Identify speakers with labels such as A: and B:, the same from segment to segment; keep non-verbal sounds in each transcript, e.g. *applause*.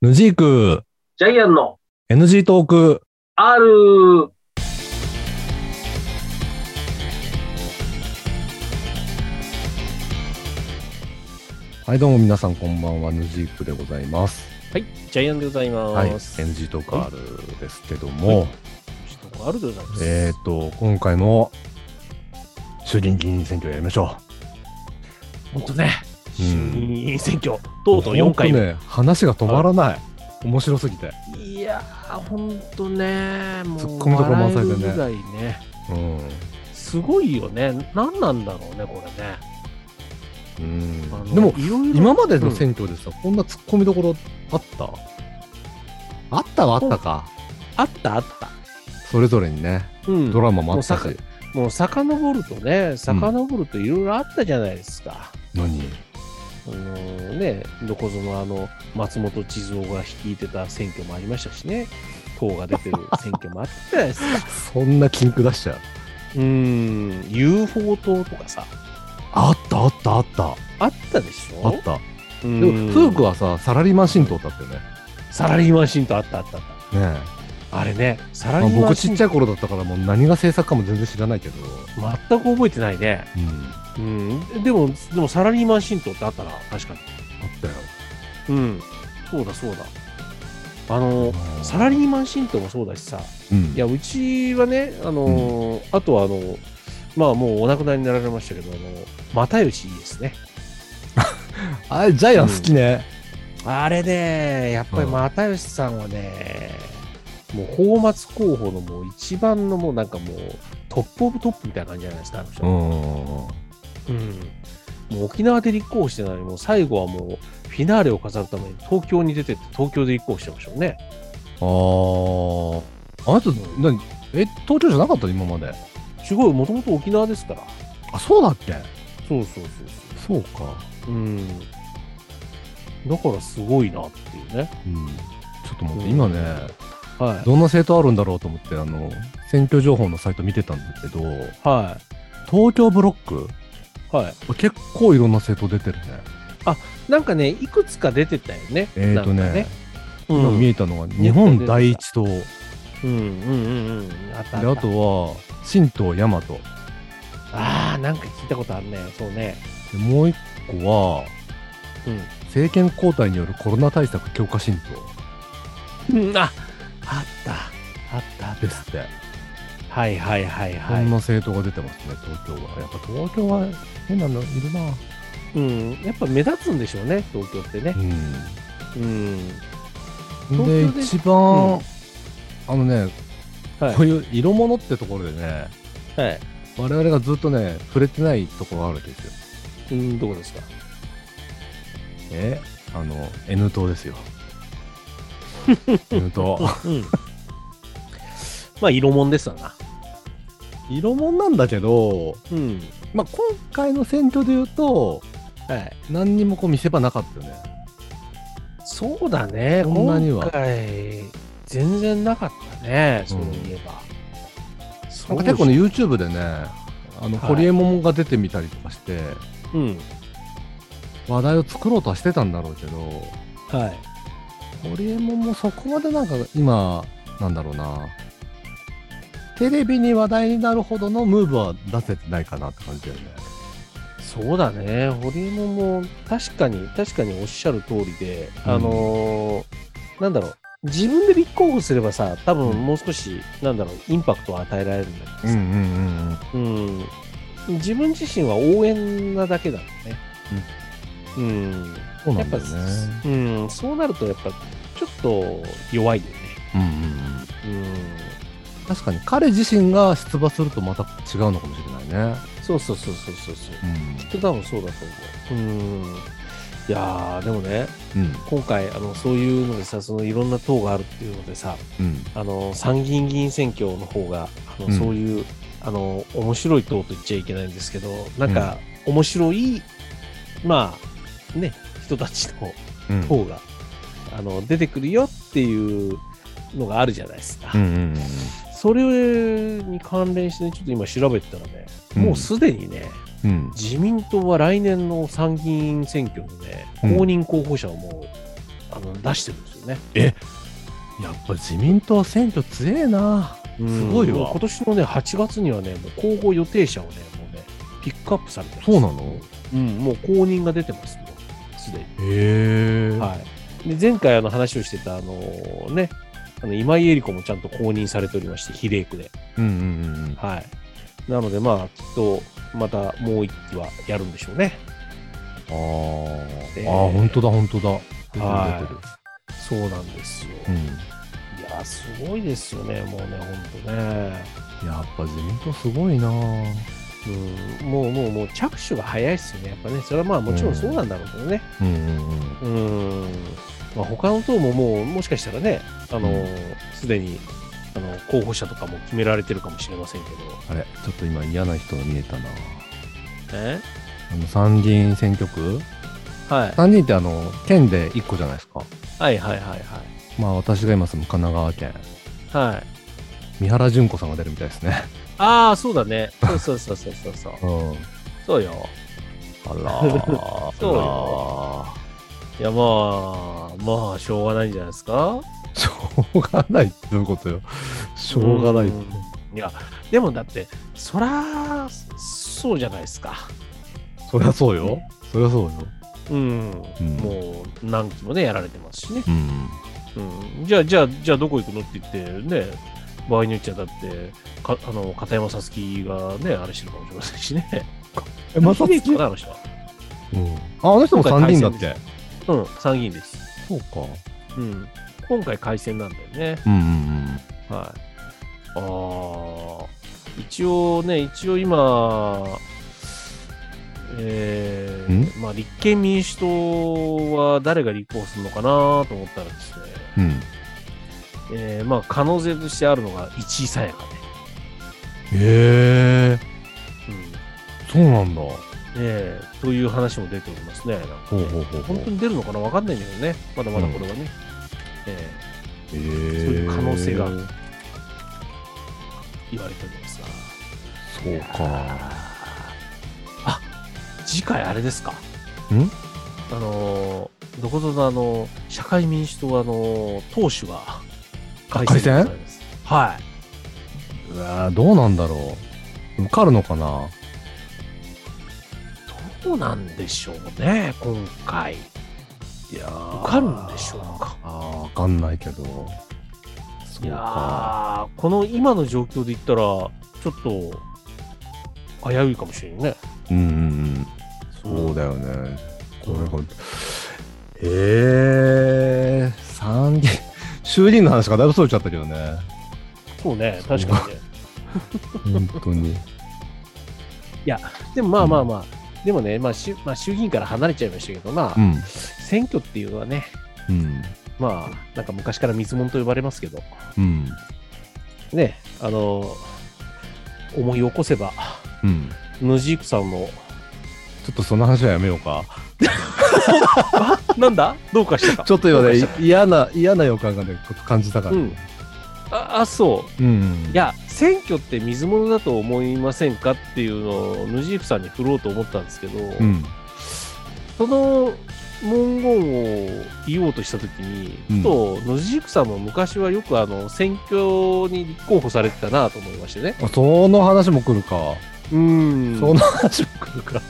A: ヌジーク、
B: ジャイアンの
A: NG トーク。
B: R。
A: はい、どうも皆さんこんばんは、ヌジークでございます。
C: はい、ジャイアンでございま
A: はい、
C: す。
A: NG トーク R ですけども、
C: ちょっとあるでございます。
A: えっ、と、今回も衆議院議員選挙やりましょ
C: 本当ね、
A: う。
C: 衆議院選挙、とうとう4回
A: ほん
C: 目。
A: とね、話が止まらない。面白すぎて。
C: いやー、本当ね、もう、
A: ツッコミどころ満載でね
C: 笑えるぐらいね、
A: うん。
C: すごいよね。何なんだろうね、これね。あの
A: でも、
C: いろいろ
A: 今までの選挙でさ、こんな突っ込みどころあったあったはあったか。
C: あったあった。
A: それぞれにね、
C: うん、
A: ドラマもあったし
C: も。もう遡るとね、遡るといろいろあったじゃないですか。
A: 何
C: あのーね、どこぞのあの松本智蔵が率いてた選挙もありましたしね、党が出てる選挙もあったじゃないですか。 *laughs*
A: そんな禁句出しちゃう。
C: うーん、UFO 党とかさ、
A: あったあったあった。
C: あったでし
A: あ
C: ょ
A: った。
C: で
A: でも、フークはさ、サラリーマン神道だったよね。
C: サラリーマンシーンとあったあったあっ
A: ね
C: た。あれね、サ
A: え。
C: ラ
A: ま
C: リ
A: あ、
C: ーマ
A: 僕
C: ン
A: ち
C: シ
A: っ
C: ーン
A: ちゃい頃だったから、もう何が制作かも全然知らないけど。
C: 全く覚えてないね。
A: うん。あ
C: うん。でも、でもサラリーマンシーンとってあったな、確か
A: ったよ。
C: に。うん。そうだそうだ。あの、サラリーマンシーンともそうだしさ、
A: うん。
C: いや、うちはね、あのー、あとはあの、まあもうお亡くなりになられましたけど、あの、又吉いいですね。
A: あれ、ジャイアン好きね。
C: あれね、やっぱり
A: うん
C: 又吉さんはね、もう泡沫候補のもう一番のもうなんかもうトップオブトップみたいな感じじゃないですか、あの人。
A: ん。
C: うんもう沖縄で立候補してないのにもう最後はもうフィナーレを飾るために東京に出てって東京で立候補してましたもんね。
A: あー。あなた、何え、東京じゃなかったの今まで。
C: すごい、もともと沖縄ですから。
A: あ、そうだっけ
C: そうそうそ
A: そ
C: う
A: うか。
C: そう。うん。だからすごいなっていうね。
A: うん。ちょっと待って、
C: うん
A: 今ね、
C: はい。
A: どんな政党あるんだろうと思って、あの、選挙情報のサイト見てたんだけど、
C: は
A: 東京ブロック
C: い。はい。
A: 結構いろんな政党出てるね。
C: なんかね、いくつか出てたよね。
A: えーと
C: なんか
A: ね、
C: うん
A: 今見えたのが日本第一党、で
C: うんうんうんうん。あったあった。
A: あとは神道大和で
C: ああ、なんか聞いたことあるね。そうね。
A: もう一個は
C: う
A: 政権交代によるコロナ対策強化神道
C: ん。あ、あった。あったあった。
A: ですって、
C: はいはいはい
A: こ
C: はい
A: んな。政党が出てますね東京はやっぱ東京は変なのいるな
C: うん。やっぱ目立つんでしょうね、東京ってね。
A: う
C: うん。
A: んで
C: 東京で
A: 一番、
C: うん
A: あのね、
C: はい
A: こういう色物ってところでね
C: はい。
A: 我々がずっとね触れてないところがあるんですよ
C: うん、どこですか
A: えあの N 党
C: *laughs*
A: ですよ N 党
C: うん。まあ、色もんですわな。
A: 色物なんだけど、
C: うん。
A: まあ、今回の選挙で言うと
C: はい。
A: 何にもこう見せ場なかったよね
C: そうだね、
A: そんなには
C: 今回、全然なかったね、そういえば。
A: な
C: そ
A: ん
C: う
A: か結構ね YouTube でねあの
C: はい
A: ホリエモンが出てみたりとかして、
C: うん。
A: 話題を作ろうとはしてたんだろうけどホ
C: はい。
A: リエモンもそこまでなんか今なんだろうなテレビに話題になるほどのムーブは出せてないかなって感じだよね
C: そうだね、ホリエモンも確かに、確かにおっしゃる通りで、
A: うん
C: あのーなんだろう、自分で立候補すればさ、多分もう少し、なんだろう、インパクトを与えられるんだけどさ、
A: ん
C: うん自分自身は応援なだけだもんね。うん、
A: そうな
C: やっ
A: ん
C: ぱ、
A: だよね
C: うん、そうなると、やっぱ、ちょっと弱いよね。
A: うんうんうん確かに彼自身が出馬するとまた違うのかもしれないね
C: うん、そうそうそうそうそうそう。
A: うん
C: きっと多分そうだと思う。うん。いやー、でもね、
A: うん
C: 今回あのそういうのでさそのいろんな党があるっていうのでさ
A: うん
C: あの参議院議員選挙の方があの、
A: うん
C: そういうあの面白い党と言っちゃいけないんですけどなんか、面白いまあね人たちの
A: うん
C: 党が、あの出てくるよっていうのがあるじゃないですか、
A: うんうんうん
C: それに関連してねちょっと今調べてたらね、
A: うん
C: もうすでにね
A: うん
C: 自民党は来年の参議院選挙のね公認候補者をもうあの出してるんですよね。
A: やっぱ自民党選挙強えな。すごいわ
C: 今年のね、8月にはね、もう候補予定者をね、もうね、ピックアップされてます。
A: そうなの
C: うん、もう公認が出てます、もう、すでに。
A: へえ。
C: はい。で、前回あの話をしてた、あのね、あの今井絵理子もちゃんと公認されておりまして、比例区で。
A: うんうんうんうん。
C: はい。なので、まあ、きっと、またもう一期はやるんでしょうね。
A: あー、
C: えー
A: あー、本当だ、本当だ。出てる
C: はいそうなんですよ。
A: 出てる。
C: いや、すごいですよね、もうね、ほんとね。
A: うん。やっぱ自民党すごいな。
C: うん、もう、もう、もう、着手が早いっすよね、やっぱね。それはまあ、もちろんそうなんだろうけどね。
A: うんうんうん。
C: うん。まあ、他の党ももう、もしかしたらね、あの、すでに、あの、候補者とかも決められてるかもしれませんけど。
A: あれ、ちょっと今嫌な人が見えたな。
C: え
A: あの参議院選挙区
C: はい。
A: 参議院ってあの、県で1個じゃないですか。
C: はいはいはい
A: まあ私が今住む神奈川県。
C: はい。はい。
A: 三原淳子さんが出るみたいですね。
C: ああ、そうだね。そうそうそうそうそうそう。
A: うん。
C: そうよ。
A: あら *laughs* ー
C: そうよ
A: あ
C: いや、まあ、まあ、しょうがないんじゃないですか。
A: らーしょうがないってどういうことよ。しょうがないって。
C: んいや、でもだって、そら、そうじゃないですか。
A: そりゃそうよ。そりゃそうよ。
C: うん。
A: うん
C: もう、何期もね、やられてますしね。
A: うん。
C: うん。じゃあ、じゃあ、じゃあ、どこ行くのって言って、ね、場合によっちゃ、だって、かあの、片山さつきがね、あれしてるかもしれませんしね。
A: え、まさつ
C: 秀樹
A: き
C: かなあの人は。
A: うんあ、あの人も参議院だっ
C: 今回
A: け
C: うん、参議院です。
A: そうか。
C: うん。今回、改選なんだよね。
A: うんうん
C: はい。ああ、一応ね、一応今、えー、まあ立憲民主党は誰が立候補するのかなと思ったらですね、
A: うん。うん。
C: えー、まあ可能性としてあるのが一位さやかね。
A: へえ、
C: うん。
A: そうなんだ。
C: えー、という話も出ておりますね。なんかね
A: ほうほうほうほう
C: 本当に出るのかなわかんないんだけどね。まだまだこれはね。え
A: そう
C: ーそう
A: い
C: いう可能性がー言われておりますが。
A: そうか。
C: あ次回あれですかん
A: ん
C: あのーどこぞのあのー社会民主党はあのー党首が改
A: 選
C: されますは
A: うわーどうなんだろう。受かるのかない
C: どうなんでしょうね今回
A: いやー
C: 受かるんでしょうか
A: あーわかんないけど。そ
C: いうや
A: か。
C: ーこの今の状況で言ったらちょっと危ういかもしれないね
A: うんうんうん。そうだよね。これが。ええー、参議院。衆議院の話がだいぶそれちゃったけどね。
C: そうね確かにね
A: 本当に。
C: でもまあまあまあ、でもね、まあ、衆まあ衆議院から離れちゃいましたけどまあ、
A: うん。
C: 選挙っていうのはね
A: うん。
C: まあなんか昔から水門と呼ばれますけど
A: うん。
C: ねあの思い起こせば
A: うん。
C: ヌジークさんの
A: ちょっとその話はやめようか。
C: *laughs* なんだどうかしたか
A: ちょっと今
C: どうか
A: ね
C: し、
A: 嫌な、嫌な予感がね、感じたから。
C: うんたああそう
A: うん
C: い、や選挙って水物だと思いませんかっていうのをヌジークさんに振ろうと思ったんですけど、
A: うん、
C: その文言を言おうとした時に
A: うん
C: ふとヌジークさんも昔はよくあの選挙に立候補されてたなと思いましてね
A: あその話も来るか、
C: うん
A: その話も来るか、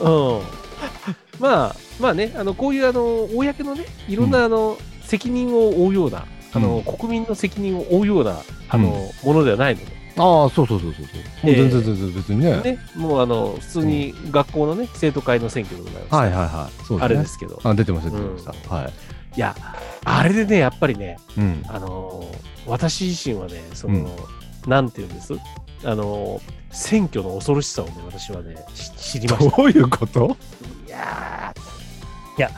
C: うん、まあまあねあのこういうあの公のねいろんなあの、責任を負うようなあの、
A: うん
C: 国民の責任を負うようなあの、ものではないので、
A: ああそうそうそうそうそう、もう全然全然別にね
C: ね、もうあの普通に学校のね生徒会の選挙でございます、
A: はいはいはいそうですね
C: あれですけど
A: あ出てました出てました、はい、
C: いやあれでねやっぱりね
A: うん、
C: あの私自身はねその、なんていうんですあの選挙の恐ろしさをね私はねし知りました
A: どういうこと
C: いやーいや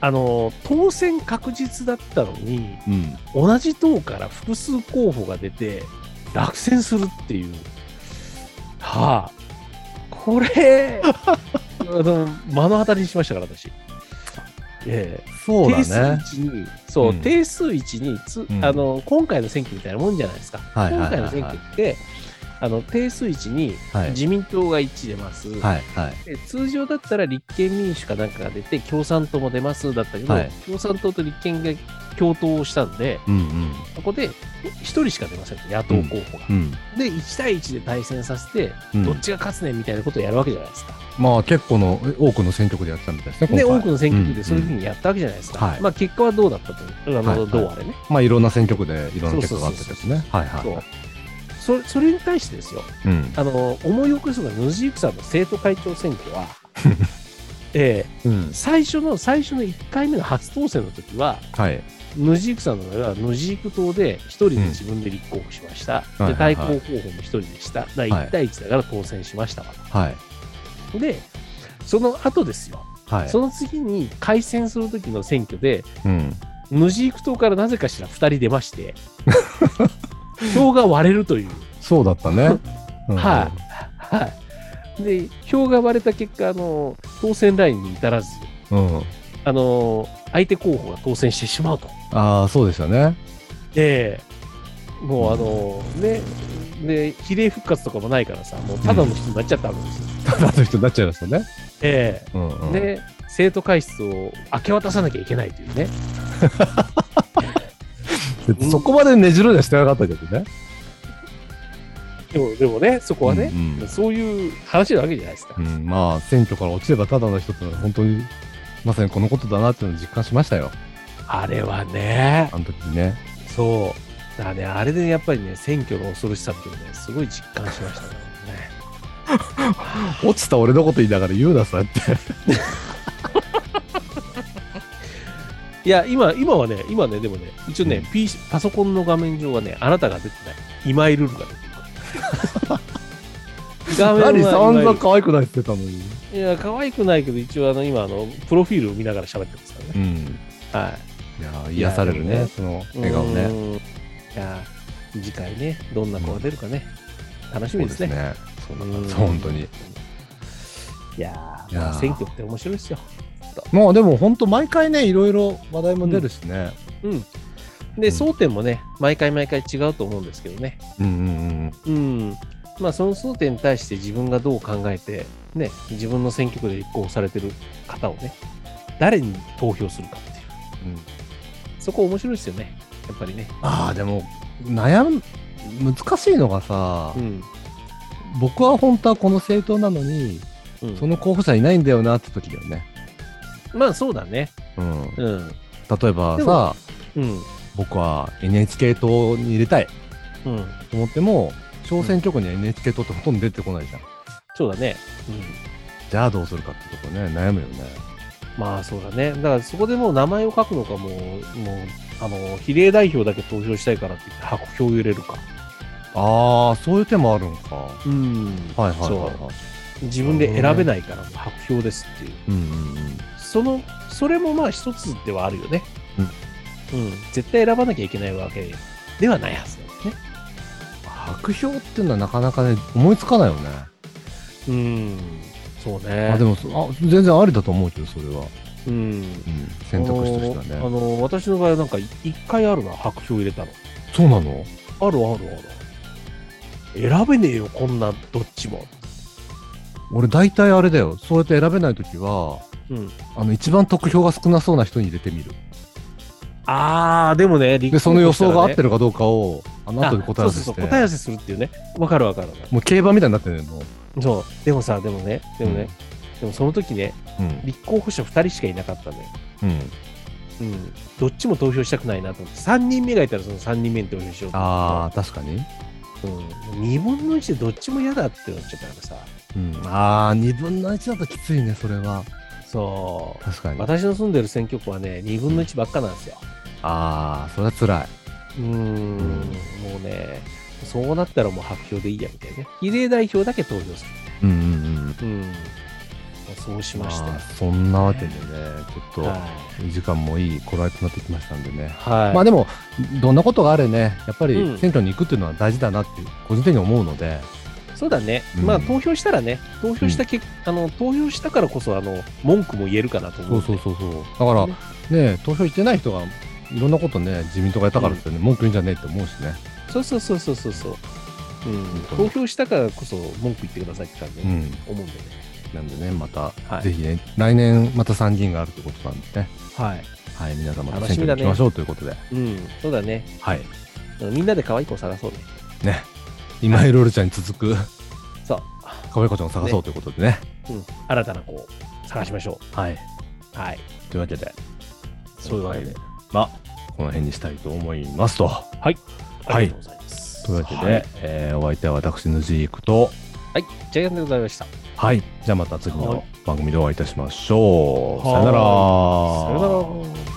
C: あの当選確実だったのに
A: うん
C: 同じ党から複数候補が出て落選するっていうはあこれ *laughs* あの目の当たりにしましたから私。ええ
A: そう
C: 定数
A: だね
C: 一にそう、
A: うん
C: 定数一につ、
A: うん
C: あの今回の選挙みたいなもんじゃないですか、
A: はいはいはいはい
C: 今回の選挙ってあの定数値に
A: はい
C: 自民党が一致出ます、
A: はいはい
C: で通常だったら立憲民主かなんかが出て共産党も出ますだったけど、
A: はい
C: 共産党と立憲が共闘をしたんで
A: うんうん
C: ここで1人しか出ませんと野党候補が、
A: うん
C: で1対1で対戦させて、
A: うん
C: どっちが勝つねんみたいなことをやるわけじゃないですか。
A: まあ結構の多くの選挙区でやってたみたいですね
C: で
A: 今
C: 多
A: 回
C: くの選挙区
A: う
C: で
A: ん
C: そういうふうにやったわけじゃないですか。
A: はい
C: まあ、結果はどうだったというあの、
A: はいはい
C: どうあれね。
A: まあいろんな選挙区でいろんな結果があったけどねはいはい
C: そう
A: は
C: そそれに対してですよ
A: いうん
C: あの思い起こすのが野地育さんの生徒会長選挙
A: *laughs*
C: は、ええ
A: うん
C: 最初の最初の1回目の初当選の時は
A: はい
C: 野地育さんの場合は野地育党で1人で自分で立候補しました、
A: うん
C: で
A: はい
C: 対
A: は
C: 抗
A: い
C: 候
A: はい
C: 補も1人でした、だから
A: はい
C: 1対1だから当選しましたわ、
A: はい
C: でその後ですよ、
A: はい
C: その次に改選する時の選挙で
A: うん
C: 野地育党からなぜかしら2人出まして *laughs* 票が割れるという。
A: そうだった
C: *laughs*
A: ねうん
C: はい、はい。で、票が割れた結果、あの、当選ラインに至らず、
A: うん
C: あの、相手候補が当選してしまうと。
A: ああそうでしたね
C: ええもうあの、ね、で、比例復活とかもないからさ、もうただの人になっちゃったわけですよ。
A: ただの人になっちゃいましたね
C: え
A: うん
C: え
A: うん
C: で、生徒会室を明け渡さなきゃいけないというね。
A: でそこまでねじるにはしてなかったけどね
C: でも、でもね、そこはね、
A: うんうん
C: そういう話なわけじゃないですか。
A: うん、まあ選挙から落ちればただの人ってのは本当にまさにこのことだなっていうのを実感しましたよ
C: あれはね、
A: あの時にね
C: そう。だからね、あれでやっぱりね、選挙の恐ろしさっていうのをね、すごい実感しましたね。
A: 落ちた俺のこと言いながら言うなさって
C: いや、今、今はね、今ね、でもね、一応ね、
A: うん
C: PC パソコンの画面上はね、あなたが出てない。今井ルールが *laughs* 出てるから。画
A: 何
C: 面は
A: 散
C: 今井ル
A: 々
C: ー
A: 可愛くないって言ってたのに
C: ルいや、可愛くないけど、一応あの、今、あの、プロフィールを見ながら喋ってますか
A: う
C: らね。
A: ん
C: はい
A: やー癒される
C: いや
A: ね
C: でもね
A: その
C: い。
A: 笑顔ね
C: うーん。いや、次回ね、どんな子が出るかね、楽しみですね。
A: そう
C: う
A: だ
C: ん
A: そう本当に
C: いやー
A: いやー
C: まあ選挙って面白いですよ。
A: まあでも本当毎回ねいろいろ話題も出るしね、
C: で、
A: うん
C: 争点もね、毎回毎回違うと思うんですけどね。
A: うん、うんうん
C: うん、まあその争点に対して自分がどう考えて、ね、自分の選挙区で立候補されてる方をね、誰に投票するかっていう、
A: うん
C: そこ面白いですよね、やっぱりね。
A: ああでも悩む難しいのがさ、
C: ん、
A: 僕は本当はこの政党なのに
C: うん
A: その候補者いないんだよなって時だよね、
C: まあそうだね。
A: うん、例
C: うん、
A: えば
C: で
A: さ
C: もうん、
A: 僕は NHK 党に入れたい
C: うん、
A: と思っても小選挙区には NHK 党ってほとんど出てこないじゃん、
C: そうだね。うん
A: じゃあどうするかってとこね悩むよね
C: まあそうだね。だからそこでもう名前を書くのか、もう、もう、あの、比例代表だけ投票したいからって言って、白票を入れるか。
A: ああそういう手もあるのかは
C: うん。
A: いはいはい
C: そ。
A: はいう
C: 自分で選べないから、もう白票ですっていう。
A: うんうんうん
C: そのそれもまあ一つではあるよね、うん絶対選ばなきゃいけないわけではないはずなんですね
A: 白票っていうのはなかなかね思いつかないよね、
C: うんそうね
A: あでもそあ全然ありだと思うけどそれは、
C: うん
A: うん、選択肢として
C: あ
A: は
C: の
A: ね
C: あの私の場合はなんかい一回あるな白票入れたの
A: そうなの
C: あるあるある選べねえよこんなどっちも
A: 俺大体あれだよそうやって選べない時は
C: うん
A: あの一番得票が少なそうな人に入れてみる
C: あーでもね
A: でその予想が合って
C: る
A: るかどうかをあの後で答え合わせ
C: そう
A: して
C: そうそう答え合わせするっていうねわかるわかるわか
A: もう競馬みたいになってるの
C: るそうでもさでもねでもね、でもその時ね
A: うん
C: 立候補者2人しかいなかったのよ
A: うん
C: うん、どっちも投票したくないなと思って、3人目がいたらその3人目に投票しようと
A: あ
C: 思
A: あ確かに、
C: って、うん、2分の1でどっちも嫌だってなっちゃったからさ、
A: うん、ああ2分の1だときついねそれは
C: そう、
A: 確かにあ
C: 私の住んでる選挙区はね、2分の1ばっかなんですよ。
A: あーそれはつらい
C: うん、ん、もうね、そうなったらもう白票でいいやみたいなね、比例代表だけ投票す
A: うんうんうん
C: る。うん、そうしましたよ
A: あーそんなわけでねちょっ
C: はい
A: と時間もいい頃合いとなってきましたんでね
C: はい、
A: まあでもどんなことがあれねやっぱ
C: うん
A: り選挙に行くっていうのは大事だなって個人的に思うので、
C: そうだね、
A: うん
C: まあ投票したらね、投票したけ、あの投票したからこそあの文句も言えるかなと思う。
A: そうそうそうそうだからね投票行ってない人がいろんなことね自民党がやったからってね、文句言うんじゃねえって思うしね
C: そうそうそうそうそうそう。うん、
A: 当に
C: 投票したからこそ文句言ってくださいって感じ、
A: う
C: ね
A: ん。
C: 思うんでね。
A: なんでね、また、
C: はい
A: ぜひね、来年また参議院があるということなんでね。
C: はい。
A: はい、皆さんまた
C: 楽し
A: 選
C: みだ
A: 挙に
C: ね
A: 行きましょうということで。
C: うん、そうだね。
A: はい。
C: みんなで可愛い子を探そうね。
A: ね。今井ロールちゃんに続く、
C: そう。
A: かわいこちゃんを探そうということでね。
C: うん、新たな子を探しましょ
A: はい。
C: う。はい。
A: というわけで、
C: そういうわけで。
A: まあ、この辺にしたいと思いますと。はい
C: ありがとうございます。
A: というわけで、
C: はい、
A: えーお相手は私、ヌジークと、
C: はい、ジャイアンでございました。
A: はい。じゃあまた次
C: は
A: の
C: い
A: 番組でお会いいたしましょう。さよなら。
C: さよなら。